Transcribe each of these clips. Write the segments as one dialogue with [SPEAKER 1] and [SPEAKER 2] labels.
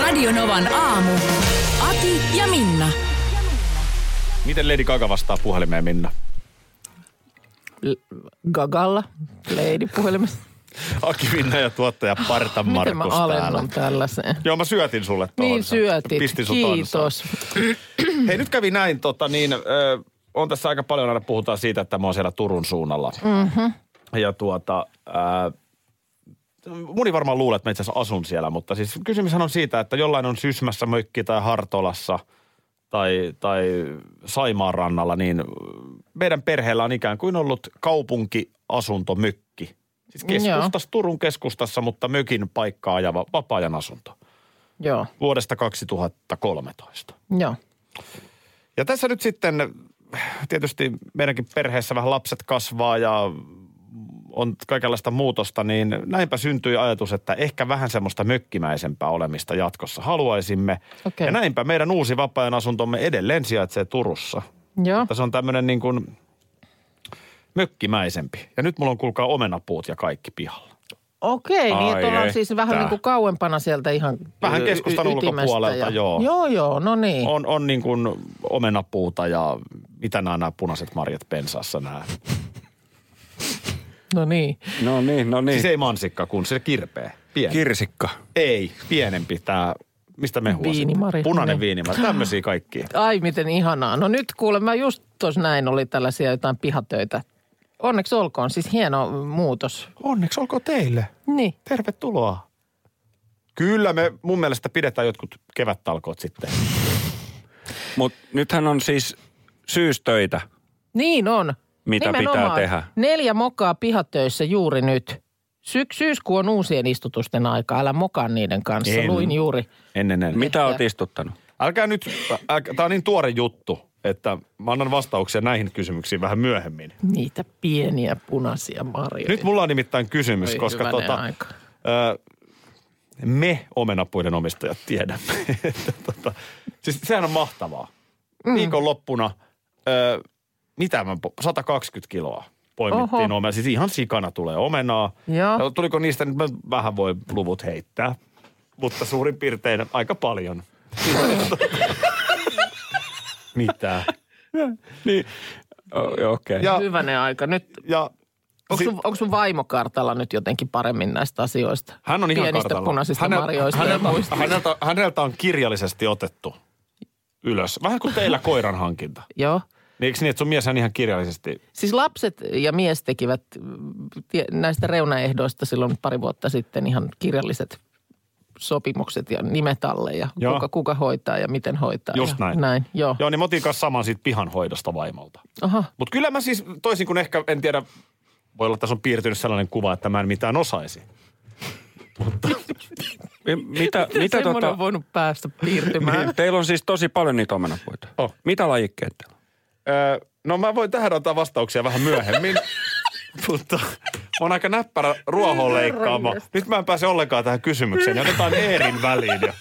[SPEAKER 1] Radionovan aamu. Ati ja Minna.
[SPEAKER 2] Miten Lady Gaga vastaa puhelimeen, Minna?
[SPEAKER 3] L- Gagalla, Lady puhelimessa.
[SPEAKER 2] Aki Minna ja tuottaja Parta
[SPEAKER 3] Miten mä
[SPEAKER 2] Markus täällä.
[SPEAKER 3] alennun tällaiseen?
[SPEAKER 2] Joo, mä syötin sulle tuohon.
[SPEAKER 3] Niin syötit.
[SPEAKER 2] Pistin sun tonsaan.
[SPEAKER 3] Kiitos.
[SPEAKER 2] Mm. Hei, nyt kävi näin, tota, niin, ö, on tässä aika paljon aina puhutaan siitä, että mä oon siellä Turun suunnalla. Mm-hmm. Ja tuota, ö, moni varmaan luulee, että mä itse asiassa asun siellä, mutta siis kysymys on siitä, että jollain on Sysmässä mökki tai Hartolassa tai, tai Saimaan rannalla, niin ö, meidän perheellä on ikään kuin ollut kaupunkiasuntomökki. Siis keskustassa, Turun keskustassa, mutta mökin paikkaa ajava vapaa-ajan asunto
[SPEAKER 3] Joo,
[SPEAKER 2] vuodesta 2013.
[SPEAKER 3] joo.
[SPEAKER 2] Ja tässä nyt sitten äh, tietysti meidänkin perheessä vähän lapset kasvaa ja on kaikenlaista muutosta, niin näinpä syntyi ajatus, että ehkä vähän semmoista mökkimäisempää olemista jatkossa haluaisimme.
[SPEAKER 3] Okei.
[SPEAKER 2] Ja näinpä meidän uusi vapaa-ajan asuntomme edelleen sijaitsee Turussa.
[SPEAKER 3] Joo,
[SPEAKER 2] Mutta se on tämmöinen niin kuin mökkimäisempi. Ja nyt mulla on kuulkaa omenapuut ja kaikki pihalla.
[SPEAKER 3] okei. Niin,
[SPEAKER 2] Ai
[SPEAKER 3] että ollaan
[SPEAKER 2] että.
[SPEAKER 3] siis vähän niin kuin kauempana sieltä ihan
[SPEAKER 2] Vähän
[SPEAKER 3] y- y-
[SPEAKER 2] keskustan
[SPEAKER 3] ytimestä
[SPEAKER 2] ulkopuolelta,
[SPEAKER 3] ja-
[SPEAKER 2] joo.
[SPEAKER 3] Joo, joo, no niin.
[SPEAKER 2] On, on niin kuin omenapuuta ja mitä nämä, nämä punaiset marjat pensaassa nämä.
[SPEAKER 3] No niin.
[SPEAKER 4] No niin, no niin.
[SPEAKER 2] Siis ei mansikka, kun se kirpee. Pieni.
[SPEAKER 4] Kirsikka.
[SPEAKER 2] Ei, pienempi tämä, mistä me huosin.
[SPEAKER 3] Viinimari.
[SPEAKER 2] Punainen
[SPEAKER 3] Niin.
[SPEAKER 2] viinimari, tämmöisiä kaikki.
[SPEAKER 3] Ai miten ihanaa. No nyt kuule, mä just tuossa näin oli tällaisia jotain pihatöitä. Onneksi olkoon, siis hieno muutos.
[SPEAKER 2] Onneksi olkoon teille.
[SPEAKER 3] Niin.
[SPEAKER 2] Tervetuloa. Kyllä me mun mielestä pidetään jotkut kevättalkoot sitten.
[SPEAKER 4] Mutta nythän on siis syystöitä.
[SPEAKER 3] Niin on.
[SPEAKER 4] Mitä pitää tehdä?
[SPEAKER 3] Neljä mokaa pihatöissä juuri nyt. Syk- syyskuu on uusien istutusten aika. Älä mokaa niiden kanssa.
[SPEAKER 2] En.
[SPEAKER 3] Luin juuri.
[SPEAKER 2] Ennen ennen.
[SPEAKER 4] Mitä oot istuttanut?
[SPEAKER 2] Älkää nyt, älkää, tää on niin tuore juttu, että mä annan vastauksia näihin kysymyksiin vähän myöhemmin.
[SPEAKER 3] Niitä pieniä punaisia marjoja.
[SPEAKER 2] Nyt mulla on nimittäin kysymys,
[SPEAKER 3] Voi
[SPEAKER 2] koska
[SPEAKER 3] hyvänen
[SPEAKER 2] tota,
[SPEAKER 3] aika.
[SPEAKER 2] ö, me omenapuiden omistajat tiedämme. että tota, siis sehän on mahtavaa. Mm. Viikonloppuna, ö, mitä mä, po- 120 kiloa poimittiin
[SPEAKER 3] Oho.
[SPEAKER 2] omenaa. Siis ihan sikana tulee omenaa.
[SPEAKER 3] Joo.
[SPEAKER 2] Ja Tuliko niistä, nyt mä vähän voi luvut heittää, mutta suurin piirtein aika paljon. mitä?
[SPEAKER 4] Niin. O- Okei. Okay.
[SPEAKER 2] Ja,
[SPEAKER 3] Hyvänen aika. Nyt,
[SPEAKER 2] ja
[SPEAKER 3] onko,
[SPEAKER 2] si-
[SPEAKER 3] sun, onko sun vaimo kartalla nyt jotenkin paremmin näistä asioista?
[SPEAKER 2] Hän on ihan
[SPEAKER 3] Pienistä
[SPEAKER 2] kartalla.
[SPEAKER 3] punaisista
[SPEAKER 2] Hänel-
[SPEAKER 3] marjoista ja
[SPEAKER 2] häneltä,
[SPEAKER 3] muista.
[SPEAKER 2] häneltä, häneltä on kirjallisesti otettu ylös. Vähän kuin teillä koiran hankinta.
[SPEAKER 3] Joo.
[SPEAKER 2] Niin eikö niin, että sun mies ihan kirjallisesti?
[SPEAKER 3] Siis lapset ja mies tekivät mm, tie- näistä reunaehdoista silloin pari vuotta sitten ihan kirjalliset sopimukset ja nimet alle ja
[SPEAKER 2] Joo.
[SPEAKER 3] kuka, kuka hoitaa ja miten hoitaa.
[SPEAKER 2] Just
[SPEAKER 3] ja
[SPEAKER 2] näin.
[SPEAKER 3] näin. Joo.
[SPEAKER 2] Joo, niin mä otin kanssa saman siitä pihanhoidosta vaimolta.
[SPEAKER 3] Aha.
[SPEAKER 2] Mutta kyllä mä siis, toisin kuin ehkä, en tiedä, voi olla, että tässä on piirtynyt sellainen kuva, että mä en mitään osaisi.
[SPEAKER 4] Mitä, mitä
[SPEAKER 3] Mitä tota... Niin.
[SPEAKER 4] tota,
[SPEAKER 3] on voinut päästä piirtymään.
[SPEAKER 4] teillä on siis tosi paljon niitä omenapuita.
[SPEAKER 2] On.
[SPEAKER 4] Mitä lajikkeet teillä on?
[SPEAKER 2] Öö, no mä voin tähän antaa vastauksia vähän myöhemmin. Mutta mä oon aika näppärä ruohoon leikkaama. Nyt mä en pääse ollenkaan tähän kysymykseen. Ja otetaan Eerin väliin jo.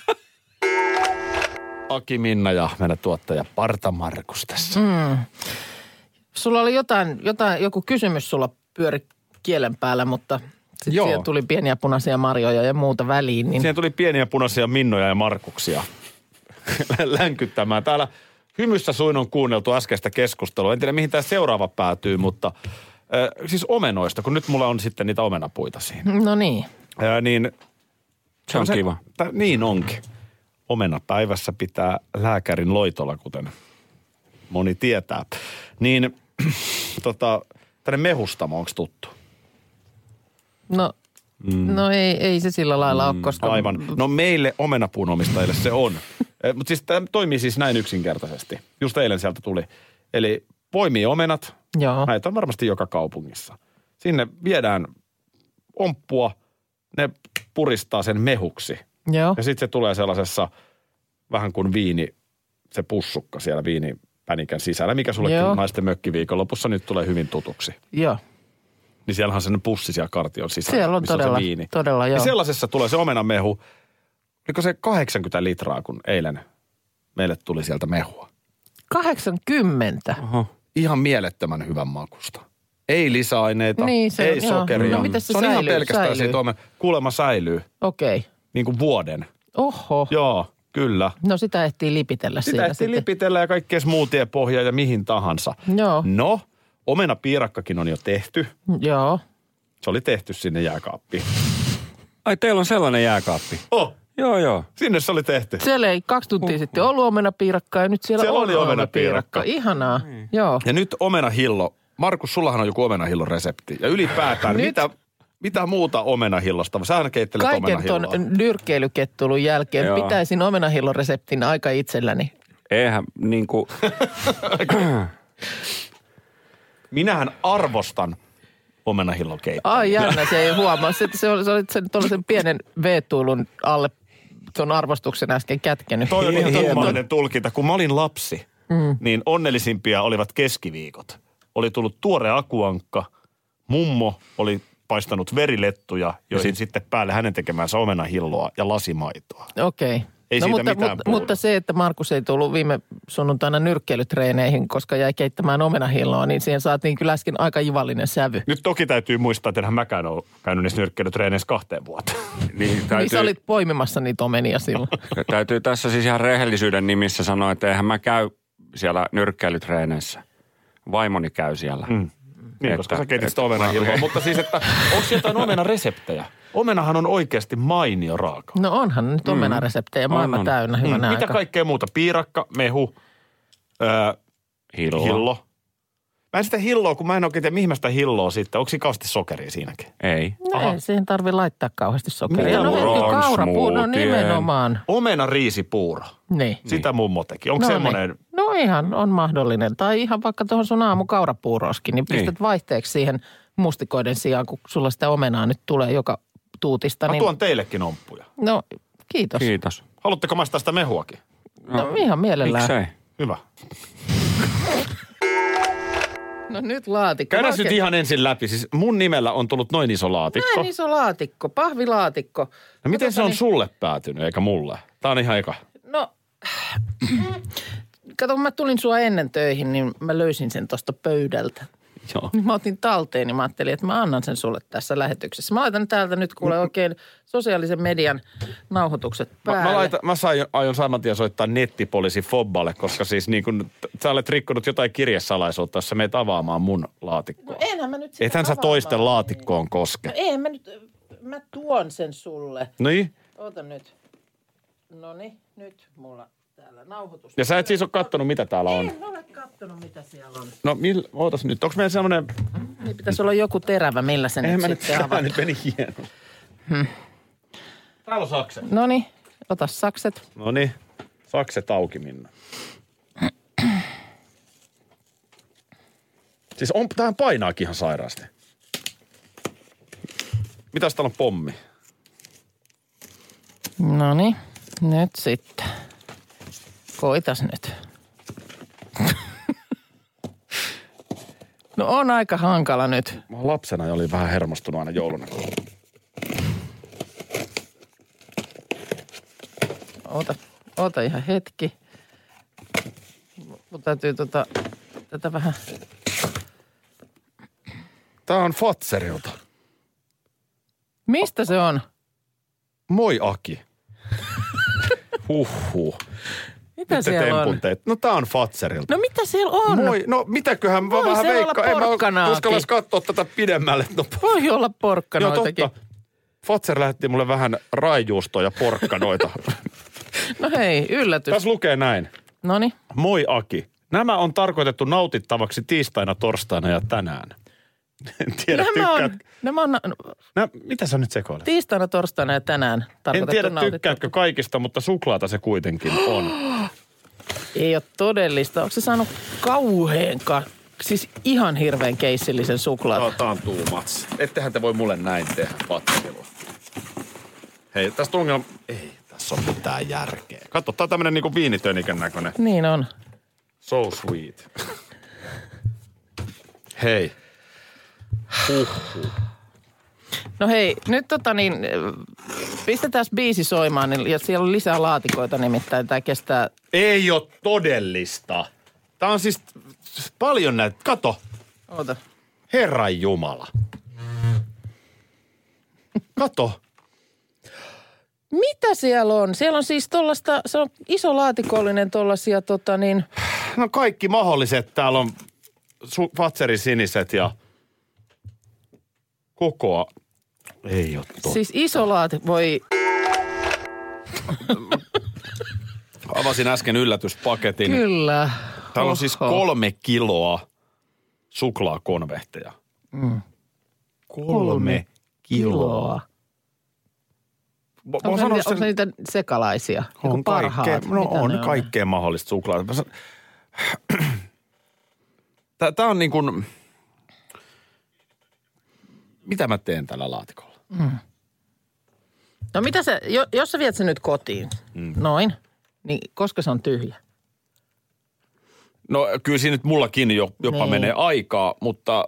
[SPEAKER 2] Aki Minna ja meidän tuottaja Parta Markus tässä. Mm.
[SPEAKER 3] Sulla oli jotain, jotain, joku kysymys sulla pyöri kielen päällä, mutta sitten
[SPEAKER 2] Joo.
[SPEAKER 3] siihen tuli pieniä punaisia marjoja ja muuta väliin. Niin...
[SPEAKER 2] Siihen tuli pieniä punaisia Minnoja ja Markuksia länkyttämään. Täällä hymyssä suin on kuunneltu äskeistä keskustelua. En tiedä, mihin tämä seuraava päätyy, mutta ö, siis omenoista, kun nyt mulla on sitten niitä omenapuita siinä.
[SPEAKER 3] No niin.
[SPEAKER 2] Ö, niin
[SPEAKER 4] Se on kiva.
[SPEAKER 2] Tä, niin onkin. Omena päivässä pitää lääkärin loitolla, kuten moni tietää. Niin tota, tänne mehustamo onko tuttu?
[SPEAKER 3] No, mm. no ei, ei se sillä lailla mm. ole, koska
[SPEAKER 2] Aivan. No meille omenapuun omistajille se on. Mutta siis tämä toimii siis näin yksinkertaisesti. Just eilen sieltä tuli. Eli poimii omenat.
[SPEAKER 3] Joo.
[SPEAKER 2] Näitä on varmasti joka kaupungissa. Sinne viedään omppua. Ne puristaa sen mehuksi.
[SPEAKER 3] Joo.
[SPEAKER 2] Ja sitten se tulee sellaisessa vähän kuin viini, se pussukka siellä viinipänikän sisällä, mikä
[SPEAKER 3] Joo.
[SPEAKER 2] sullekin naisten mökkiviikon lopussa nyt tulee hyvin tutuksi.
[SPEAKER 3] Joo.
[SPEAKER 2] Niin siellähän on sen pussi siellä kartion sisällä,
[SPEAKER 3] Siellä on
[SPEAKER 2] missä
[SPEAKER 3] todella,
[SPEAKER 2] on se viini.
[SPEAKER 3] todella joo.
[SPEAKER 2] Ja sellaisessa tulee se omenamehu, oliko se 80 litraa, kun eilen meille tuli sieltä mehua.
[SPEAKER 3] 80.
[SPEAKER 4] Oho.
[SPEAKER 2] Ihan mielettömän hyvän makusta. Ei lisäaineita,
[SPEAKER 3] Niin, se
[SPEAKER 2] ei
[SPEAKER 3] on, joo.
[SPEAKER 2] sokeria.
[SPEAKER 3] No, miten se
[SPEAKER 2] on ihan
[SPEAKER 3] säilyy?
[SPEAKER 2] pelkästään
[SPEAKER 3] Säilyy.
[SPEAKER 2] siitä omen, kuulemma säilyy
[SPEAKER 3] Okei. Okay.
[SPEAKER 2] niin kuin vuoden.
[SPEAKER 3] Oho. Joo.
[SPEAKER 2] Joo, kyllä.
[SPEAKER 3] No sitä ehtii lipitellä
[SPEAKER 2] Sitä
[SPEAKER 3] siinä
[SPEAKER 2] ehtii
[SPEAKER 3] sitten.
[SPEAKER 2] lipitellä ja kaikkea smoothie pohjaa ja mihin tahansa.
[SPEAKER 3] Joo.
[SPEAKER 2] No, omenapiirakkakin on jo tehty.
[SPEAKER 3] Joo.
[SPEAKER 2] Se oli tehty sinne jääkaappiin.
[SPEAKER 4] Ai teillä on sellainen jääkaappi.
[SPEAKER 2] Oh,
[SPEAKER 4] Joo, joo.
[SPEAKER 2] sinne se oli tehty.
[SPEAKER 3] Siellä ei kaksi tuntia sitten ollut omenapiirakkaa ja nyt siellä,
[SPEAKER 2] Siellä
[SPEAKER 3] on
[SPEAKER 2] oli omenapiirakka.
[SPEAKER 3] Ihanaa. Niin. Joo.
[SPEAKER 2] Ja nyt omenahillo. Markus, sullahan on joku omenahillon resepti. Ja ylipäätään,
[SPEAKER 3] Nyt-
[SPEAKER 2] mitä, mitä muuta omenahillosta? Sähän keittelet
[SPEAKER 3] Kaiken ton
[SPEAKER 2] omenahilloa.
[SPEAKER 3] nyrkkeilykettelun jälkeen
[SPEAKER 4] Joo.
[SPEAKER 3] pitäisin omenahillon reseptin aika itselläni.
[SPEAKER 4] Eihän niin kuin,
[SPEAKER 2] Minähän arvostan omenahillon keittoa.
[SPEAKER 3] Ai jännä, se ei huomaa. Se, se oli, se oli sen, tuollaisen pienen V-tuulun alle tuon arvostuksen äsken kätkenyt.
[SPEAKER 2] Toi on ihan
[SPEAKER 3] Tuo-
[SPEAKER 2] tommoinen tulkinta. Kun mä olin lapsi, mm. niin onnellisimpia olivat keskiviikot. Oli tullut tuore akuankka, mummo oli paistanut verilettuja, joihin sit... sitten päälle hänen tekemäänsä omenahilloa ja lasimaitoa.
[SPEAKER 3] Okei. Okay.
[SPEAKER 2] Ei siitä
[SPEAKER 3] mutta,
[SPEAKER 2] mitään
[SPEAKER 3] mutta,
[SPEAKER 2] puudu.
[SPEAKER 3] mutta se, että Markus ei tullut viime sunnuntaina nyrkkeilytreeneihin, koska jäi keittämään omenahilloa, niin siihen saatiin kyllä äsken aika ivallinen sävy.
[SPEAKER 2] Nyt toki täytyy muistaa, että enhän mäkään ole käynyt niissä nyrkkeilytreeneissä kahteen vuoteen.
[SPEAKER 3] Täytyy...
[SPEAKER 4] niin
[SPEAKER 3] Niin sä
[SPEAKER 4] täytyy,
[SPEAKER 3] olit poimimassa niitä omenia silloin.
[SPEAKER 4] täytyy tässä siis ihan rehellisyyden nimissä sanoa, että eihän mä käy siellä nyrkkeilytreeneissä. Vaimoni käy siellä. Mm.
[SPEAKER 2] Niin, koska sä keitit sitä omenahilloa. Mutta siis, että onko jotain omenareseptejä? Omenahan on oikeasti mainio raaka.
[SPEAKER 3] No onhan nyt omenareseptejä maailma
[SPEAKER 4] on, on.
[SPEAKER 3] täynnä, hyvänä
[SPEAKER 2] Mm,
[SPEAKER 3] mm,
[SPEAKER 2] mitä kaikkea muuta? Piirakka, mehu, öö,
[SPEAKER 4] Hillo.
[SPEAKER 2] Hillo. Mä en sitä hilloa, kun mä en oikein tiedä, mihin mä sitä hilloa sitten. Onko siinä kauheasti sokeria siinäkin?
[SPEAKER 4] Ei.
[SPEAKER 3] No ei siihen tarvi laittaa kauheasti sokeria.
[SPEAKER 2] Mitä
[SPEAKER 3] No
[SPEAKER 4] muuta
[SPEAKER 3] hetki,
[SPEAKER 4] on
[SPEAKER 3] kaurapuu, no
[SPEAKER 4] smoothien?
[SPEAKER 3] nimenomaan.
[SPEAKER 2] Omena riisipuuro.
[SPEAKER 3] Niin.
[SPEAKER 2] Sitä mummo teki. Onko
[SPEAKER 3] No,
[SPEAKER 2] no,
[SPEAKER 3] niin.
[SPEAKER 2] semmoinen?
[SPEAKER 3] no ihan, on mahdollinen. Tai ihan vaikka tuohon sun aamukaurapuurooskin, niin pistät
[SPEAKER 4] Niin.
[SPEAKER 3] vaihteeksi siihen mustikoiden sijaan, kun sulla sitä omenaa nyt tulee joka tuutista.
[SPEAKER 2] Mä
[SPEAKER 3] Niin...
[SPEAKER 2] tuon teillekin omppuja.
[SPEAKER 3] No kiitos.
[SPEAKER 2] Niin.
[SPEAKER 4] Kiitos.
[SPEAKER 2] Haluatteko mä sitä mehuakin?
[SPEAKER 3] No ihan mielellään.
[SPEAKER 4] Miksei?
[SPEAKER 2] Hyvä.
[SPEAKER 3] No nyt laatikko.
[SPEAKER 2] Käydään
[SPEAKER 3] Mä
[SPEAKER 2] nyt
[SPEAKER 3] oikein-
[SPEAKER 2] ihan ensin läpi. Siis mun nimellä on tullut noin iso laatikko.
[SPEAKER 3] Näin iso laatikko, pahvilaatikko.
[SPEAKER 2] No miten se on
[SPEAKER 3] Katotani-
[SPEAKER 2] sulle päätynyt, eikä mulle? Tää on ihan eka.
[SPEAKER 3] No, kato kun mä tulin sua ennen töihin, niin mä löysin sen tuosta pöydältä.
[SPEAKER 2] Joo.
[SPEAKER 3] Niin Mä otin talteen ja mä ajattelin, että mä annan sen sulle tässä lähetyksessä. Mä laitan täältä nyt kuule oikein sosiaalisen median nauhoitukset
[SPEAKER 2] Mm. Mä,
[SPEAKER 3] päälle.
[SPEAKER 2] mä, laitan, mä sain, aion saman tien soittaa nettipoliisi Fobballe, koska siis niin kun, t- sä olet rikkonut jotain kirjesalaisuutta, jos sä meet avaamaan mun laatikkoa.
[SPEAKER 3] No enhän mä nyt sitä
[SPEAKER 2] Ethän sä
[SPEAKER 3] avaamaan
[SPEAKER 2] toisten
[SPEAKER 3] mene.
[SPEAKER 2] laatikkoon koske.
[SPEAKER 3] No en mä nyt, mä tuon sen sulle.
[SPEAKER 2] Niin?
[SPEAKER 3] Oota nyt. Noni, nyt mulla täällä nauhoitus.
[SPEAKER 2] Ja sä et siis ole kattonut, mitä täällä on.
[SPEAKER 3] En ole kattonut, mitä siellä on.
[SPEAKER 2] Niin. No, mil, ootas nyt. Onko meillä semmoinen...
[SPEAKER 3] Niin pitäisi olla joku terävä, millä se
[SPEAKER 2] Eihän
[SPEAKER 3] nyt
[SPEAKER 2] mä nyt...
[SPEAKER 3] sitten
[SPEAKER 2] Tämä
[SPEAKER 3] avataan.
[SPEAKER 2] nyt meni hieno. Hmm. Täällä on sakset.
[SPEAKER 3] No niin, ota sakset.
[SPEAKER 2] No niin. Sakset auki, Minna. Siis on, tähän painaakin ihan sairaasti. Mitäs täällä on pommi?
[SPEAKER 3] No niin, nyt sitten. Koitas nyt. No on aika hankala nyt.
[SPEAKER 2] Mä oon lapsena ja olin vähän hermostunut aina jouluna.
[SPEAKER 3] Ota, ota ihan hetki. Mun täytyy tota, tätä vähän...
[SPEAKER 2] Tää on Fatserilta.
[SPEAKER 3] Mistä se on?
[SPEAKER 2] Moi Aki. Huhhuh.
[SPEAKER 3] Mitä
[SPEAKER 2] Te
[SPEAKER 3] siellä
[SPEAKER 2] tempun
[SPEAKER 3] on?
[SPEAKER 2] teit. No tää on Fatserilta.
[SPEAKER 3] No mitä siellä on?
[SPEAKER 2] Moi, no mitäköhän mä
[SPEAKER 3] Voi
[SPEAKER 2] vähän
[SPEAKER 3] siellä
[SPEAKER 2] veikkaan.
[SPEAKER 3] olla
[SPEAKER 2] En mä
[SPEAKER 3] porkkanaakin.
[SPEAKER 2] uskallas katsoa tätä pidemmälle. No,
[SPEAKER 3] Voi olla
[SPEAKER 2] joo,
[SPEAKER 3] porkkanoitakin.
[SPEAKER 2] totta. Fatser lähetti mulle vähän raijuustoa ja porkkanoita.
[SPEAKER 3] No hei, yllätys. No niin.
[SPEAKER 2] Tässä lukee näin.
[SPEAKER 3] Noni.
[SPEAKER 2] Moi Aki. Nämä on tarkoitettu nautittavaksi tiistaina, torstaina ja tänään. En tiedä,
[SPEAKER 3] Nämä
[SPEAKER 2] tykkäät...
[SPEAKER 3] on, nämä on
[SPEAKER 2] Nä, mitä sä nyt sekoilet?
[SPEAKER 3] tiistaina, torstaina ja tänään
[SPEAKER 2] En tiedä,
[SPEAKER 3] tarkoitettu nautit.
[SPEAKER 2] tykkäätkö kaikista, mutta suklaata se kuitenkin on.
[SPEAKER 3] Ei ole todellista. Onko se saanut kauheen, ka- siis ihan hirveän keissillisen suklaata?
[SPEAKER 2] tää on tuumats. Ettehän te voi mulle näin tehdä, Patterilla. Hei, tästä ongelma... Ei, tässä on mitään järkeä. Katso, tää on tämmönen niinku viinitönikön näköinen.
[SPEAKER 3] Niin on.
[SPEAKER 2] So sweet. Hei.
[SPEAKER 3] No hei, nyt tota niin, äh, pistetään biisi soimaan, niin- ja siellä on lisää laatikoita nimittäin. Tämä kestää,
[SPEAKER 2] Ei ole todellista. Tää on siis paljon näitä. Kato,
[SPEAKER 3] oota.
[SPEAKER 2] Herran Jumala. Kato.
[SPEAKER 3] Mitä siellä on? Siellä on siis tuollaista, se on iso laatikollinen tuollaisia tota niin,
[SPEAKER 2] No kaikki mahdolliset. Täällä on su- Fatserin siniset ja kokoa. Ei ole totta.
[SPEAKER 3] siis iso laati, voi
[SPEAKER 2] Avasin äsken yllätyspaketin.
[SPEAKER 3] kyllä.
[SPEAKER 2] Täällä on siis
[SPEAKER 3] Oho.
[SPEAKER 2] kolme kiloa suklaakonvehteja. Mm.
[SPEAKER 3] Kolme kiloa.
[SPEAKER 2] Mä, mä oon
[SPEAKER 3] Onko,
[SPEAKER 2] sanonut
[SPEAKER 3] se, niitä,
[SPEAKER 2] sen,
[SPEAKER 3] onko se niitä sekalaisia? Joku parhaat?
[SPEAKER 2] kaikkea, no
[SPEAKER 3] Mitä ne
[SPEAKER 2] on kaikkea mahdollista suklaata. Mä san- Tää, tää on niin kuin, mitä mä teen tällä laatikolla?
[SPEAKER 3] No mitä se, jo, jos sä viet sen nyt kotiin, mm. noin, niin koska se on tyhjä?
[SPEAKER 2] No kyllä siinä nyt mullakin jo, jopa
[SPEAKER 3] Niin.
[SPEAKER 2] menee aikaa, mutta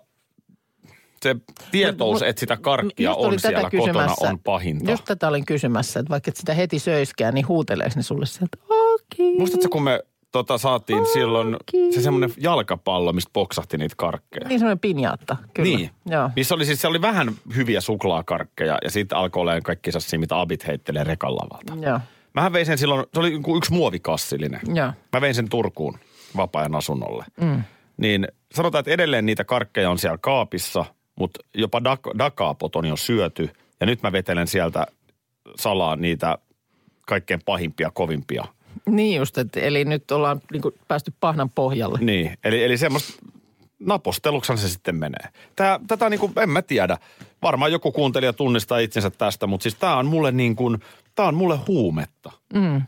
[SPEAKER 2] se tietous,
[SPEAKER 3] Mut- mut-
[SPEAKER 2] että sitä karkkia
[SPEAKER 3] Just olin
[SPEAKER 2] on
[SPEAKER 3] tätä
[SPEAKER 2] siellä kotona,
[SPEAKER 3] kysymässä.
[SPEAKER 2] on pahinta.
[SPEAKER 3] Just tätä olin kysymässä, että vaikka et sitä heti söiskään, niin huuteleeko ne sulle sieltä, okei.
[SPEAKER 2] Muistatko, kun me tota, saatiin silloin se semmoinen jalkapallo, mistä poksahti niitä karkkeja?
[SPEAKER 3] Niin semmoinen pinjaatta, kyllä.
[SPEAKER 2] Niin.
[SPEAKER 3] Joo.
[SPEAKER 2] Missä oli siis, se oli vähän hyviä suklaakarkkeja ja sitten alkoi olemaan kaikki sellaisia, mitä abit heittelee rekallavalta.
[SPEAKER 3] Joo.
[SPEAKER 2] Mähän vein sen silloin, se oli niinku yksi muovikassillinen.
[SPEAKER 3] Joo.
[SPEAKER 2] Mä vein sen Turkuun vapaa-ajan asunnolle. Mm. Niin sanotaan, että edelleen niitä karkkeja on siellä kaapissa, mutta jopa dak- dakaapot on jo syöty. Ja nyt mä vetelen sieltä salaa niitä kaikkein pahimpia, kovimpia.
[SPEAKER 3] Niin just, että eli nyt ollaan niin kuin, päästy pahnan pohjalle.
[SPEAKER 2] Niin, eli, eli semmoista naposteluksen se sitten menee. Tää, tätä niin kuin, en mä tiedä. Varmaan joku kuuntelija tunnistaa itsensä tästä, mutta siis tää on mulle niin kuin, tää on mulle huumetta. Mm.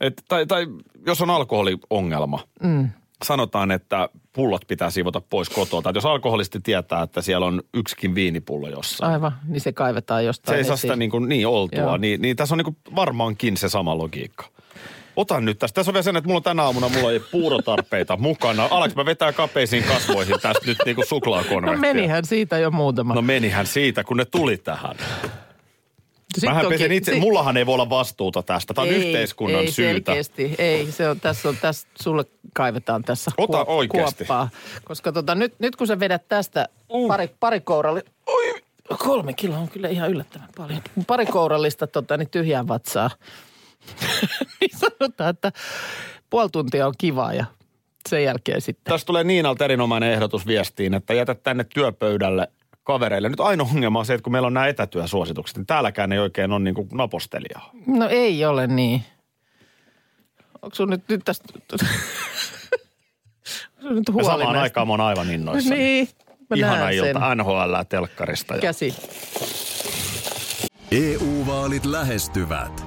[SPEAKER 2] Et, tai, tai jos on alkoholiongelma, mm. sanotaan, että pullot pitää siivota pois kotoa. Tai jos alkoholisti tietää, että siellä on yksikin viinipullo jossain.
[SPEAKER 3] Aivan, niin se kaivetaan jostain
[SPEAKER 2] Se ei saa
[SPEAKER 3] esiin.
[SPEAKER 2] sitä niin, kuin niin oltua.
[SPEAKER 3] Joo.
[SPEAKER 2] Niin, niin tässä on niin kuin varmaankin se sama logiikka. Otan nyt tästä. Tässä on vielä sen, että mulla on tänä aamuna mulla ei puurotarpeita mukana. Alaks mä vetää kapeisiin kasvoihin tästä nyt niin kuin
[SPEAKER 3] No
[SPEAKER 2] suklaakonvehtia.
[SPEAKER 3] menihän siitä jo muutama.
[SPEAKER 2] No menihän siitä, kun ne tuli tähän.
[SPEAKER 3] Sitten
[SPEAKER 2] Mähän
[SPEAKER 3] onkin-
[SPEAKER 2] pesen itse,
[SPEAKER 3] sit-
[SPEAKER 2] mullahan ei voi olla vastuuta tästä. Tämä on yhteiskunnan
[SPEAKER 3] ei
[SPEAKER 2] syytä.
[SPEAKER 3] Selkeästi. Ei se on, tässä on, tässä sulle kaivetaan tässä
[SPEAKER 2] Ota
[SPEAKER 3] kuop-
[SPEAKER 2] oikeasti.
[SPEAKER 3] kuoppaa. Koska tota, nyt, nyt kun sä vedät tästä
[SPEAKER 2] Uh.
[SPEAKER 3] pari, pari kourallista, oi, kolme kiloa on kyllä ihan yllättävän paljon. Pari kourallista tota, niin tyhjään vatsaa, niin sanotaan, että puoli tuntia on kivaa ja sen jälkeen sitten.
[SPEAKER 2] Tässä tulee Niinalta erinomainen ehdotus viestiin, että jätä tänne työpöydälle kavereille. Nyt ainoa ongelma on se, että kun meillä on nämä etätyösuositukset, niin täälläkään ei oikein ole niin kuin napostelijaa.
[SPEAKER 3] No ei ole niin. Onko sun nyt, nyt tästä... Onko sun nyt
[SPEAKER 2] Ja samaan
[SPEAKER 3] huolinen?
[SPEAKER 2] aikaan mä oon aivan innoissani.
[SPEAKER 3] Niin, mä
[SPEAKER 2] Ihana
[SPEAKER 3] näen sen.
[SPEAKER 2] ilta NHL-telkkarista. Ja...
[SPEAKER 3] Käsi.
[SPEAKER 5] EU-vaalit E lähestyvät.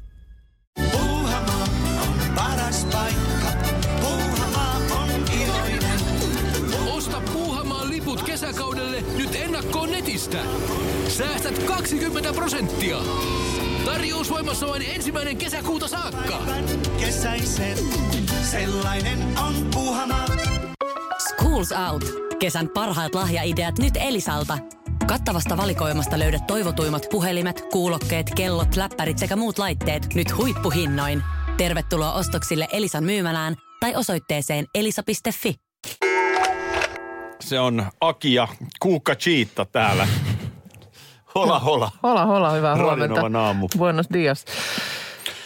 [SPEAKER 6] Puuhamaa on paras paikka. Puuhamaa on iloinen.
[SPEAKER 7] Osta Puuhamaan liput kesäkaudelle nyt ennakkoon netistä. Säästät 20 prosenttia. Tarjous voimassa vain ensimmäinen kesäkuuta saakka.
[SPEAKER 6] Päivän kesäisen. Sellainen on Puuhamaa.
[SPEAKER 1] Schools Out. Kesän parhaat lahjaideat nyt Elisalta. Kattavasta valikoimasta löydät toivotuimmat puhelimet, kuulokkeet, kellot, läppärit sekä muut laitteet nyt huippuhinnoin. Tervetuloa ostoksille Elisan myymälään tai osoitteeseen elisa.fi.
[SPEAKER 2] Se on Aki ja Kuukka Chiitta täällä. Hola, hola.
[SPEAKER 3] Hola, hola, hyvää
[SPEAKER 2] Radionovan
[SPEAKER 3] huomenta.
[SPEAKER 2] aamu.
[SPEAKER 3] Buenos dias.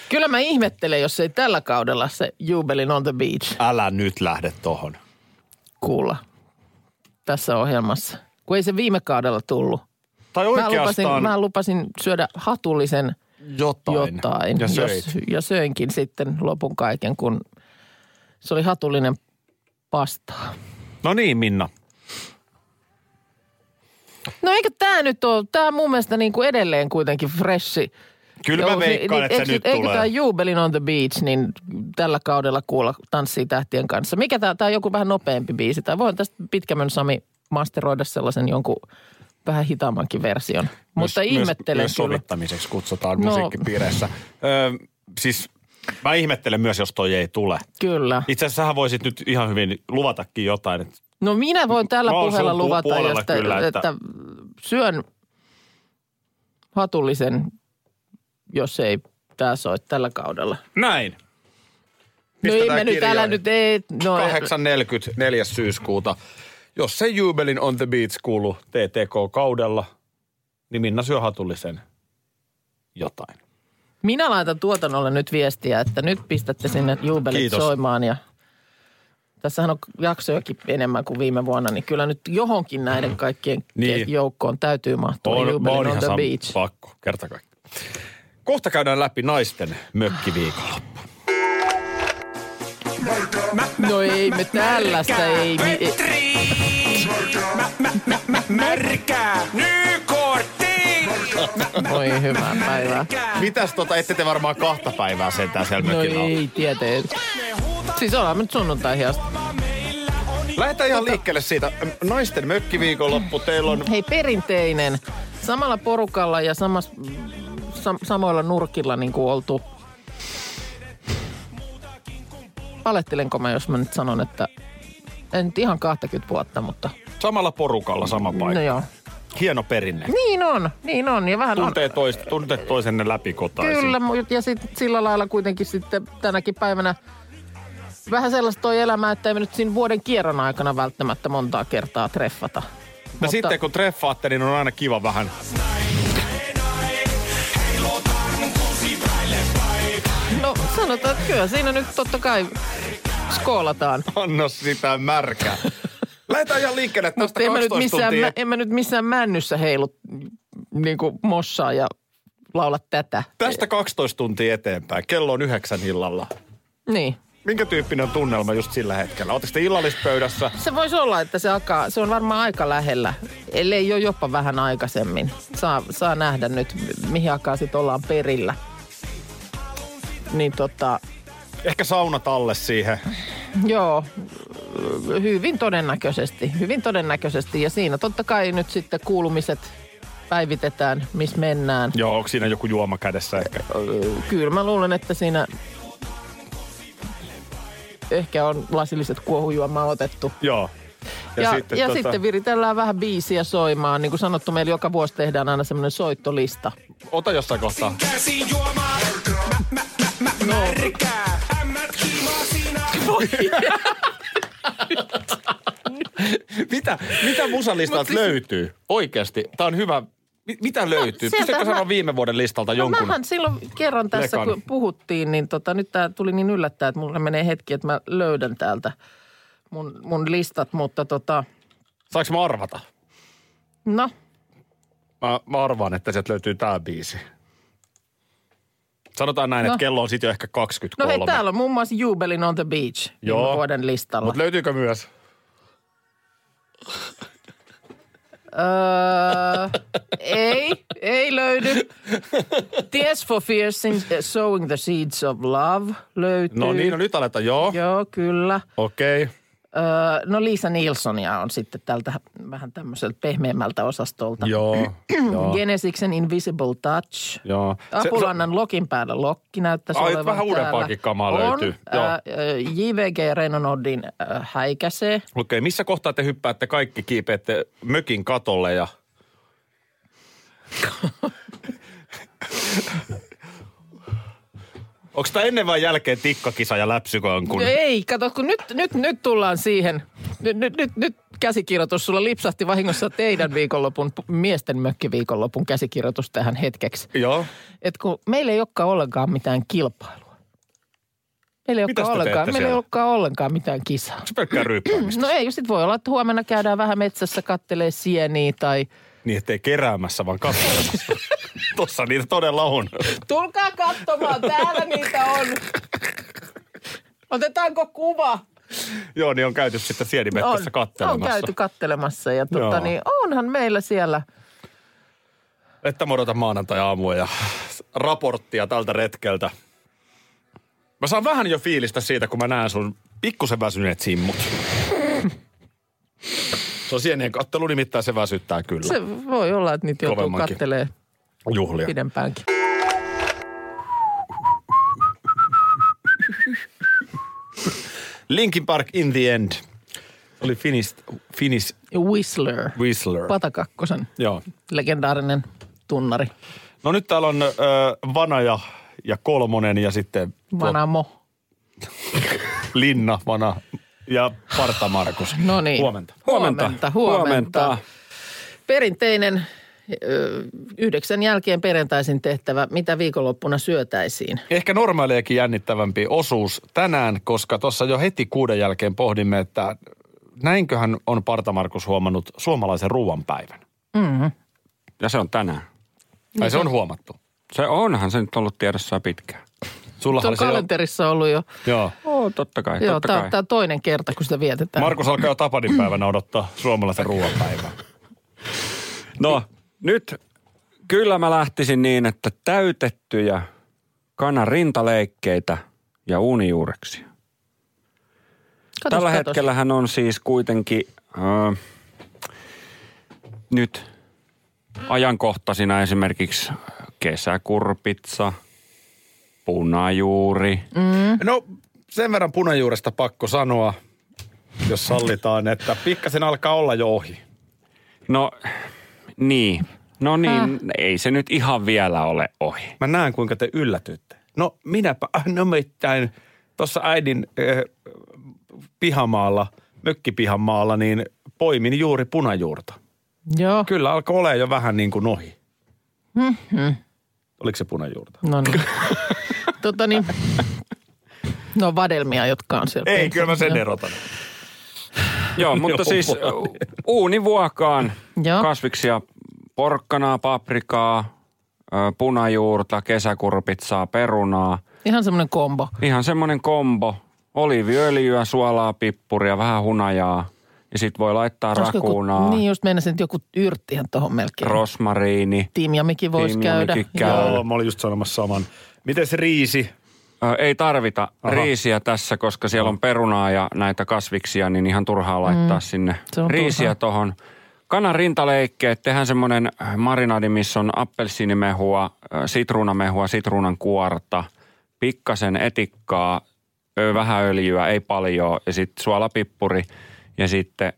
[SPEAKER 3] Kyllä mä ihmettelen, jos ei tällä kaudella se jubelin on the beach
[SPEAKER 2] Älä nyt lähde tohon.
[SPEAKER 3] kuulla tässä ohjelmassa. Kun ei se viime kaudella tullut.
[SPEAKER 2] Tai
[SPEAKER 3] Mä
[SPEAKER 2] oikeastaan,
[SPEAKER 3] lupasin, mä lupasin syödä hatullisen
[SPEAKER 2] jotain.
[SPEAKER 3] jotain.
[SPEAKER 2] Ja söit.
[SPEAKER 3] Jos, ja söinkin sitten lopun kaiken, kun se oli hatullinen pastaa.
[SPEAKER 2] No niin, Minna.
[SPEAKER 3] No eikö tämä nyt ole, tämä mun mielestä niin kuin edelleen kuitenkin freshi.
[SPEAKER 2] Kyllä mä veikkaan, että se nyt
[SPEAKER 3] niin, Eikö tämä
[SPEAKER 2] tulee.
[SPEAKER 3] Jubelin on the Beach, niin tällä kaudella kuulla tanssii tähtien kanssa. Mikä tämä, tämä on joku vähän nopeampi biisi. Tämä voin tästä pitkämön Sami masteroida sellaisen jonkun vähän hitaammankin version. Mutta ihmettelen
[SPEAKER 2] myös, myös
[SPEAKER 3] kyllä.
[SPEAKER 2] sovittamiseksi kutsutaan
[SPEAKER 3] No.
[SPEAKER 2] no. musiikkipiireissä. Öö, siis mä ihmettelen myös, jos toi ei tule.
[SPEAKER 3] Kyllä.
[SPEAKER 2] Itse asiassa sähän voisit nyt ihan hyvin luvatakin jotain. Että
[SPEAKER 3] No minä voin tällä
[SPEAKER 2] Mä oon
[SPEAKER 3] puheella
[SPEAKER 2] sun pu-
[SPEAKER 3] luvata,
[SPEAKER 2] puolella
[SPEAKER 3] josta,
[SPEAKER 2] kyllä,
[SPEAKER 3] että...
[SPEAKER 2] että-
[SPEAKER 3] että syön hatullisen, jos ei tämä soi tällä kaudellä.
[SPEAKER 2] näin.
[SPEAKER 3] No ei me
[SPEAKER 2] Pistetään
[SPEAKER 3] nyt, älä
[SPEAKER 2] kirjoihin.
[SPEAKER 3] nyt, ei, no,
[SPEAKER 2] 8.40. 4. syyskuuta. Jos se jubelin on the beats kuulu TTK-kaudella, niin Minna syö hatullisen jotain.
[SPEAKER 3] minä laitan tuotannolle nyt viestiä, että nyt pistätte sinne juubelit
[SPEAKER 2] Kiitos.
[SPEAKER 3] soimaan ja tässähän on jaksojakin enemmän kuin viime vuonna, niin kyllä nyt johonkin näiden kaikkien
[SPEAKER 2] Niin.
[SPEAKER 3] niin. joukkoon täytyy mahtua
[SPEAKER 2] mä
[SPEAKER 3] juubelin on,
[SPEAKER 2] ihan
[SPEAKER 3] the
[SPEAKER 2] sam-
[SPEAKER 3] beach.
[SPEAKER 2] pakko, kerta kaikki. Kohta käydään läpi naisten mökkiviikonloppu.
[SPEAKER 3] No ei me tällaista, ei, mi- ei,
[SPEAKER 6] Märkää nykortti!
[SPEAKER 3] voi hyvää päivää.
[SPEAKER 2] Mitäs tota, ette te varmaan kahta päivää sentään siellä
[SPEAKER 3] No
[SPEAKER 2] mökillä ole.
[SPEAKER 3] ei tietenkään. Siis ollaan me nyt sunnuntaihin asti.
[SPEAKER 2] Lähdetään
[SPEAKER 3] Tota-
[SPEAKER 2] ihan liikkeelle siitä. Naisten mökkiviikonloppu, teillä on
[SPEAKER 3] Hei, perinteinen. Samalla porukalla ja samas, sam, samoilla nurkilla niin kuin oltu. Alettelenko mä, jos mä nyt sanon, että en nyt ihan 20 vuotta, mutta
[SPEAKER 2] samalla porukalla sama paikka.
[SPEAKER 3] no joo.
[SPEAKER 2] Hieno perinne.
[SPEAKER 3] Niin on, niin on. Ja vähän on.
[SPEAKER 2] Tuntee, toista, tuntee toisenne läpikotaisin.
[SPEAKER 3] Kyllä, mu- ja sit, sillä lailla kuitenkin sitten tänäkin päivänä vähän sellaista toi elämä, että ei me nyt siinä vuoden kierron aikana välttämättä montaa kertaa treffata.
[SPEAKER 2] Ja mutta... sitten kun treffaatte, niin on aina kiva vähän.
[SPEAKER 3] No sanotaan, että kyllä siinä nyt totta kai skoolataan.
[SPEAKER 2] Anna sitä märkää. Lähdetään ihan liikkeelle tästä
[SPEAKER 3] Mutta en mä, nyt
[SPEAKER 2] 12
[SPEAKER 3] missään,
[SPEAKER 2] tuntia.
[SPEAKER 3] mä, en mä nyt missään männyssä heilu niin kuin mossaa ja laula tätä.
[SPEAKER 2] Tästä 12 tuntia eteenpäin. Kello on yhdeksän illalla.
[SPEAKER 3] Niin.
[SPEAKER 2] Minkä tyyppinen tunnelma just sillä hetkellä? Oletteko te illallispöydässä?
[SPEAKER 3] Se voisi olla, että se alkaa, se on varmaan aika lähellä, ellei jo jopa vähän aikaisemmin. Saa, saa nähdä nyt, mi- mihin aikaan sitten ollaan perillä. Niin tota,
[SPEAKER 2] Ehkä saunat alle siihen.
[SPEAKER 3] joo, hyvin todennäköisesti, hyvin todennäköisesti. Ja siinä totta kai nyt sitten kuulumiset päivitetään, missä mennään.
[SPEAKER 2] Joo, onko siinä joku juoma kädessä ehkä?
[SPEAKER 3] Kyllä mä luulen, että siinä ehkä on lasilliset kuohujuomaa otettu.
[SPEAKER 2] Joo.
[SPEAKER 3] Ja, ja, sitten, ja tota... sitten viritellään vähän biisiä soimaan. Niin kuin sanottu, meillä joka vuosi tehdään aina semmoinen soittolista.
[SPEAKER 2] Ota jossain kohtaa.
[SPEAKER 6] Käsi juomaa,
[SPEAKER 3] No,
[SPEAKER 6] märkää, ämmät kimaa sinä.
[SPEAKER 2] Mitä, mitä musalistalta siis... löytyy? Oikeasti. Tämä on hyvä. Mi- mitä löytyy?
[SPEAKER 3] No, sieltä
[SPEAKER 2] Pystytkö
[SPEAKER 3] mä-
[SPEAKER 2] sanoa viime vuoden listalta
[SPEAKER 3] no
[SPEAKER 2] jonkun?
[SPEAKER 3] mähän silloin kerran tässä,
[SPEAKER 2] Lekan.
[SPEAKER 3] kun puhuttiin, niin tota, nyt tämä tuli niin yllättää, että mulla menee hetki, että mä löydän täältä mun, mun listat. Mutta tota,
[SPEAKER 2] Saanko mä arvata?
[SPEAKER 3] no,
[SPEAKER 2] Mä, mä arvaan, että sieltä löytyy tää biisi. Sanotaan näin,
[SPEAKER 3] No.
[SPEAKER 2] no. että kello on sitten jo ehkä 23.
[SPEAKER 3] no hei, täällä on muun muassa Jubelin on the Beach viime
[SPEAKER 2] Joo.
[SPEAKER 3] vuoden listalla.
[SPEAKER 2] Mutta löytyykö myös?
[SPEAKER 3] Öö, ei, ei löydy. Tears for Fears in Sowing the Seeds of Love löytyy.
[SPEAKER 2] No niin, no nyt aletaan, joo.
[SPEAKER 3] Joo, kyllä.
[SPEAKER 2] Okei. Okay.
[SPEAKER 3] Öö, no Lisa Nilssonia on sitten tältä vähän tämmöiseltä pehmeämmältä osastolta.
[SPEAKER 2] Joo, joo,
[SPEAKER 3] Genesiksen Invisible Touch.
[SPEAKER 2] joo.
[SPEAKER 3] Apulannan lokin päällä lokki näyttäisi
[SPEAKER 2] Ai,
[SPEAKER 3] olevan
[SPEAKER 2] vähän
[SPEAKER 3] täällä.
[SPEAKER 2] uudempaakin kamaa
[SPEAKER 3] on,
[SPEAKER 2] löytyy. Joo.
[SPEAKER 3] Äh, JVG Renonodin äh, häikäsee.
[SPEAKER 2] Okei, okay, missä kohtaa te hyppäätte kaikki, kiipeätte mökin katolle ja... Onko tämä ennen vai jälkeen tikkakisa ja läpsykonkun?
[SPEAKER 3] No Ei, kato, kun nyt, nyt, nyt tullaan siihen. Nyt, nyt, nyt, nyt käsikirjoitus. Sulla lipsahti vahingossa teidän viikonlopun, p- miesten mökkiviikonlopun käsikirjoitus tähän hetkeksi.
[SPEAKER 2] Joo.
[SPEAKER 3] Et kun meillä ei olekaan ollenkaan mitään kilpailua. Meillä ei
[SPEAKER 2] Mitäs
[SPEAKER 3] olekaan
[SPEAKER 2] te
[SPEAKER 3] ollenkaan,
[SPEAKER 2] teette
[SPEAKER 3] meillä ei
[SPEAKER 2] siellä?
[SPEAKER 3] olekaan ollenkaan mitään kisaa.
[SPEAKER 2] Pelkkää ryyppäämistä.
[SPEAKER 3] No ei, sitten voi olla, että huomenna käydään vähän metsässä kattelee sieniä tai
[SPEAKER 2] Niin ettei keräämässä, vaan katsomassa. Tossa niitä todella on.
[SPEAKER 3] Tulkaa katsomaan, täällä niitä on. Otetaanko kuva?
[SPEAKER 2] Joo, niin on käyty sitten sienimettässä
[SPEAKER 3] on
[SPEAKER 2] kattelemassa.
[SPEAKER 3] käyty kattelemassa ja tota,
[SPEAKER 2] Joo.
[SPEAKER 3] niin, onhan meillä siellä.
[SPEAKER 2] Että mä odotan maanantai-aamua ja raporttia tältä retkeltä. Mä saan vähän jo fiilistä siitä, kun mä näen sun pikkusen väsyneet simmut. Se on sienien kattelu, nimittäin se väsyttää kyllä. Se...
[SPEAKER 3] Se voi olla, että niitä joutuu
[SPEAKER 2] Kovemmankin.
[SPEAKER 3] kattelee
[SPEAKER 2] Juhlia.
[SPEAKER 3] pidempäänkin.
[SPEAKER 2] Linkin Park in the end. Oli Finnish, Finnish
[SPEAKER 3] Whistler,
[SPEAKER 2] Whistler.
[SPEAKER 3] Pata Kakkosen
[SPEAKER 2] Joo.
[SPEAKER 3] legendaarinen tunnari.
[SPEAKER 2] No nyt täällä on ö, Vanaja ja Kolmonen ja sitten tuo
[SPEAKER 3] Vanamo.
[SPEAKER 2] Linna, Vana ja Parta Markus.
[SPEAKER 3] No niin.
[SPEAKER 2] Huomenta.
[SPEAKER 3] Huomenta, huomenta. Perinteinen ö, yhdeksän jälkeen perjantaisin tehtävä, mitä viikonloppuna syötäisiin.
[SPEAKER 2] Ehkä normaaliakin jännittävämpi osuus tänään, koska tuossa jo heti kuuden jälkeen pohdimme, että näinköhän on Parta Markus huomannut suomalaisen ruoanpäivän.
[SPEAKER 4] Ja se on tänään.
[SPEAKER 2] Tai se on huomattu.
[SPEAKER 4] Se onhan se nyt ollut tiedossa pitkään.
[SPEAKER 2] Sulla
[SPEAKER 3] Se on kalenterissa ollut jo.
[SPEAKER 2] Joo.
[SPEAKER 4] Oo, totta kai,
[SPEAKER 3] Joo,
[SPEAKER 4] totta
[SPEAKER 3] tämä
[SPEAKER 4] kai.
[SPEAKER 3] on toinen kerta, kun sitä vietetään.
[SPEAKER 2] Markus alkaa jo Tapanin päivänä odottaa suomalaisen ruoanpäivää.
[SPEAKER 4] No, nyt kyllä mä lähtisin niin, että täytettyjä kanan rintaleikkeitä ja unijuureksia.
[SPEAKER 3] katos,
[SPEAKER 4] Tällä
[SPEAKER 3] katos.
[SPEAKER 4] hetkellähän on siis kuitenkin äh, nyt ajankohtaisina esimerkiksi kesäkurpitsa, punajuuri. Mm.
[SPEAKER 2] No sen verran punajuuresta pakko sanoa, jos sallitaan, että pikkasen alkaa olla jo ohi.
[SPEAKER 4] No niin, no niin, ei se nyt ihan vielä ole ohi.
[SPEAKER 2] Mä näen, kuinka te yllätytte. No minäpä, ah, no mitään. Tuossa äidin äh, pihamaalla, mökkipihamaalla, niin poimin juuri punajuurta.
[SPEAKER 3] Joo,
[SPEAKER 2] Kyllä alkoi olla jo vähän niin kuin ohi.
[SPEAKER 3] Mm-hmm.
[SPEAKER 2] Oliko se punajuurta?
[SPEAKER 3] no niin. tota niin, no vadelmia, jotka on siellä.
[SPEAKER 2] Ei, kyllä mä sen
[SPEAKER 3] Joo.
[SPEAKER 2] erotan.
[SPEAKER 4] Joo, mutta siis
[SPEAKER 2] voi.
[SPEAKER 4] u- uunivuokaan
[SPEAKER 3] Joo.
[SPEAKER 4] kasviksia, porkkanaa, paprikaa, ö, punajuurta, kesäkurpitsaa, perunaa.
[SPEAKER 3] Ihan semmoinen kombo.
[SPEAKER 4] Ihan semmoinen kombo. Oliiviöljyä, suolaa, pippuria, vähän hunajaa. Ja sit voi laittaa
[SPEAKER 3] Olisiko
[SPEAKER 4] rakuunaa,
[SPEAKER 3] Joku, niin just meinasin, että joku yrttihän tuohon melkein.
[SPEAKER 4] rosmariini.
[SPEAKER 3] Timjamikin voisi käydä.
[SPEAKER 4] Timjamikin käy.
[SPEAKER 3] Joo.
[SPEAKER 2] Joo, mä olin just sanomassa saman. Mites riisi?
[SPEAKER 4] Ö, ei tarvita Aha. riisiä tässä, koska siellä on perunaa ja näitä kasviksia, niin ihan turhaa laittaa mm. sinne
[SPEAKER 3] se on turhaa.
[SPEAKER 4] riisiä tuohon. Kanan rintaleikkeet, tehdään semmoinen marinadi, missä on appelsiinimehua, ö, sitruunamehua, sitruunan kuorta, pikkasen etikkaa, ö, vähän öljyä, ei paljon, ja sitten suolapippuri, ja sitten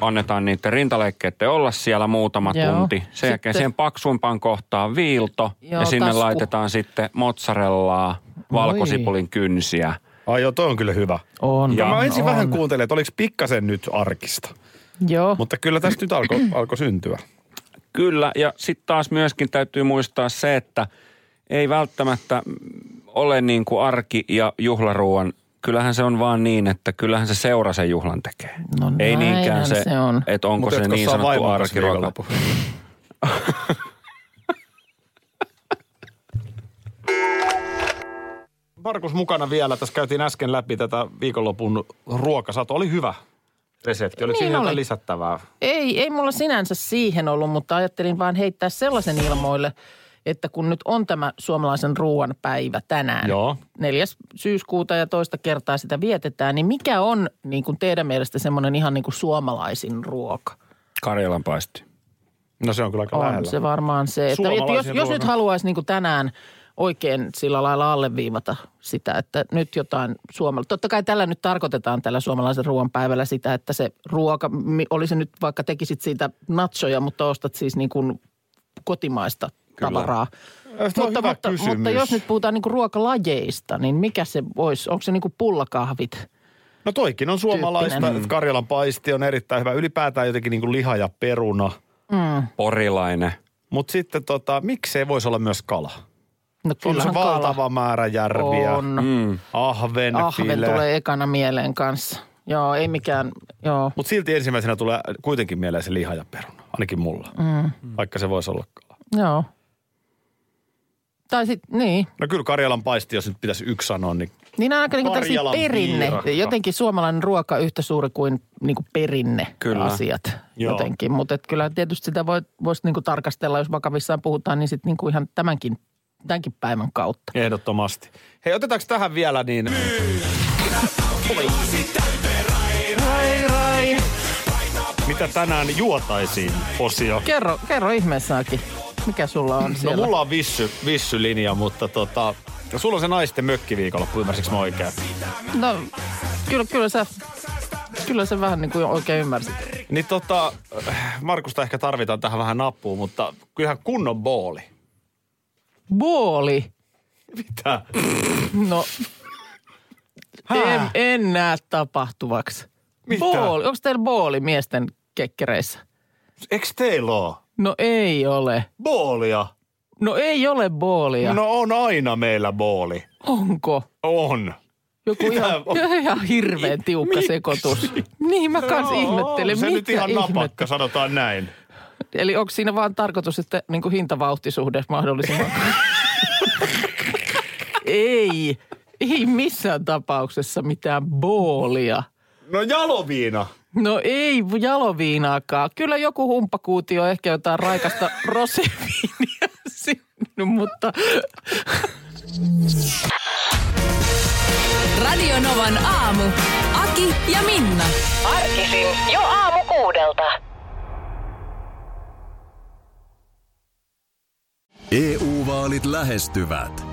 [SPEAKER 4] annetaan niiden rintaleikkeiden olla siellä muutama
[SPEAKER 3] Joo.
[SPEAKER 4] Joo. tunti. Sen
[SPEAKER 3] Sitten-
[SPEAKER 4] sitten. jälkeen siihen paksuimpaan kohtaan viilto,
[SPEAKER 3] Joo,
[SPEAKER 4] ja sinne
[SPEAKER 3] tasku.
[SPEAKER 4] laitetaan sitten mozzarellaa, valkosipulin kynsiä.
[SPEAKER 2] Ai joo, toi on kyllä hyvä.
[SPEAKER 3] On.
[SPEAKER 2] Ja mä
[SPEAKER 3] on,
[SPEAKER 2] ensin
[SPEAKER 3] on.
[SPEAKER 2] vähän kuuntelin, että oliko pikkasen nyt arkista.
[SPEAKER 3] Joo.
[SPEAKER 2] Mutta kyllä tästä nyt alkoi alko syntyä.
[SPEAKER 4] Kyllä, ja sitten taas myöskin täytyy muistaa se, että ei välttämättä ole niin kuin arki ja juhlaruuan. Kyllähän se on vaan niin, että kyllähän se seura sen juhlan tekee.
[SPEAKER 3] No
[SPEAKER 4] ei
[SPEAKER 3] näinhän
[SPEAKER 4] niinkään se,
[SPEAKER 3] se on.
[SPEAKER 4] että onko
[SPEAKER 2] Mut
[SPEAKER 4] se
[SPEAKER 2] jotkut
[SPEAKER 4] niin
[SPEAKER 2] saa
[SPEAKER 4] sanottu
[SPEAKER 2] vaimon kanssa
[SPEAKER 4] arkiruoka.
[SPEAKER 2] viikonlopun. Markus mukana vielä. Tässä käytiin äsken läpi tätä viikonlopun ruokasato. Oli hyvä resepti. Oliko
[SPEAKER 3] Niin
[SPEAKER 2] niin siinä
[SPEAKER 3] oli.
[SPEAKER 2] jotain lisättävää?
[SPEAKER 3] Ei, ei mulla sinänsä siihen ollut, mutta ajattelin vaan heittää sellaisen ilmoille, että kun nyt on tämä suomalaisen ruoan päivä tänään,
[SPEAKER 2] Joo.
[SPEAKER 3] neljäs syyskuuta ja toista kertaa sitä vietetään, niin mikä on niin kuin teidän mielestä semmoinen ihan niin kuin suomalaisin ruoka?
[SPEAKER 4] Karjalan paisti.
[SPEAKER 2] No se on kyllä aika
[SPEAKER 3] On
[SPEAKER 2] lähellä.
[SPEAKER 3] se varmaan se, että, että jos,
[SPEAKER 2] Suomalaisen
[SPEAKER 3] jos nyt
[SPEAKER 2] ruoan.
[SPEAKER 3] haluaisi niin kuin tänään oikein sillä lailla alleviivata sitä, että nyt jotain suomalaista. Totta kai tällä nyt tarkoitetaan tällä suomalaisen ruoan päivällä sitä, että se ruoka, mi- oli se nyt vaikka tekisit siitä nachoja, mutta ostat siis niin kuin kotimaista tavaraa.
[SPEAKER 2] Äh, on
[SPEAKER 3] Mutta,
[SPEAKER 2] hyvä
[SPEAKER 3] mutta,
[SPEAKER 2] kysymys.
[SPEAKER 3] mutta jos nyt puhutaan niin kuin ruokalajeista, niin mikä se voisi, onko se niin kuin pullakahvit?
[SPEAKER 2] No toikin on suomalaista.
[SPEAKER 3] Tyyppinen.
[SPEAKER 2] että Karjalan paisti on erittäin hyvä. Ylipäätään jotenkin niin kuin liha ja peruna.
[SPEAKER 4] Porilainen.
[SPEAKER 2] Mutta sitten tota, miksei voisi olla myös kala?
[SPEAKER 3] No
[SPEAKER 2] On se
[SPEAKER 3] kyllähän
[SPEAKER 2] valtava
[SPEAKER 3] kala
[SPEAKER 2] määrä järviä.
[SPEAKER 3] on.
[SPEAKER 2] Ahven,
[SPEAKER 3] Ahven
[SPEAKER 2] file.
[SPEAKER 3] tulee ekana mieleen kanssa. Joo, ei mikään, joo.
[SPEAKER 2] Mutta silti ensimmäisenä tulee kuitenkin mieleen se liha ja peruna. ainakin mulla. Mm. Vaikka se voisi olla kala.
[SPEAKER 3] Joo. Tai sitten, niin.
[SPEAKER 2] No kyllä Karjalan paisti, jos nyt pitäisi yksi sanoa, niin
[SPEAKER 3] Niin aika niin
[SPEAKER 2] Karjalan
[SPEAKER 3] perinne.
[SPEAKER 2] piirakka.
[SPEAKER 3] Jotenkin suomalainen ruoka yhtä suuri kuin, niin kuin perinne
[SPEAKER 4] Kyllä.
[SPEAKER 3] asiat
[SPEAKER 2] Joo.
[SPEAKER 3] jotenkin. Mutta kyllä tietysti sitä voi, voisi niin kuin tarkastella, jos vakavissaan puhutaan, niin sitten niin kuin ihan tämänkin, tämänkin päivän kautta.
[SPEAKER 2] ehdottomasti. Hei, otetaanko tähän vielä niin... Rai, rai. Mitä tänään juotaisiin, osio?
[SPEAKER 3] Kerro, kerro ihmeessäänkin, mikä sulla on
[SPEAKER 2] No
[SPEAKER 3] siellä.
[SPEAKER 2] mulla on vissy, vissylinja, mutta tota... Sulla on se naisten mökkiviikonloppu, ymmärsikö mä oikein?
[SPEAKER 3] no kyllä, kyllä sä... Kyllä se vähän niin kuin oikein ymmärsit.
[SPEAKER 2] Niin tota, Markusta ehkä tarvitaan tähän vähän nappua, mutta kyllähän kunnon booli.
[SPEAKER 3] Booli.
[SPEAKER 2] Mitä?
[SPEAKER 3] No, en, en näe tapahtuvaksi.
[SPEAKER 2] Mitä?
[SPEAKER 3] Booli. Onko teillä booli miesten kekkereissä?
[SPEAKER 2] Eiks teillä oo
[SPEAKER 3] No ei ole.
[SPEAKER 2] boolia?
[SPEAKER 3] No ei ole boolia.
[SPEAKER 2] No on aina meillä booli.
[SPEAKER 3] Onko?
[SPEAKER 2] On.
[SPEAKER 3] Joku
[SPEAKER 2] Mitä
[SPEAKER 3] ihan,
[SPEAKER 2] on?
[SPEAKER 3] ihan hirveän tiukka sekoitus. Niin mä kans ihmettelin.
[SPEAKER 2] Se
[SPEAKER 3] mitä
[SPEAKER 2] nyt ihan
[SPEAKER 3] ihmettä?
[SPEAKER 2] napakka, sanotaan näin.
[SPEAKER 3] Eli onko siinä vaan tarkoitus, että niin kuin hintavauhtisuhde mahdollisimman? ei. Ei missään tapauksessa mitään boolia.
[SPEAKER 2] No jaloviina.
[SPEAKER 3] No ei jaloviinaakaan. Kyllä joku humppakuutio, ehkä jotain raikasta roseviiniä sinne, mutta
[SPEAKER 8] Radio Novan aamu. Aki ja Minna.
[SPEAKER 9] Arkisin jo aamu kuudelta.
[SPEAKER 5] EU-vaalit E lähestyvät.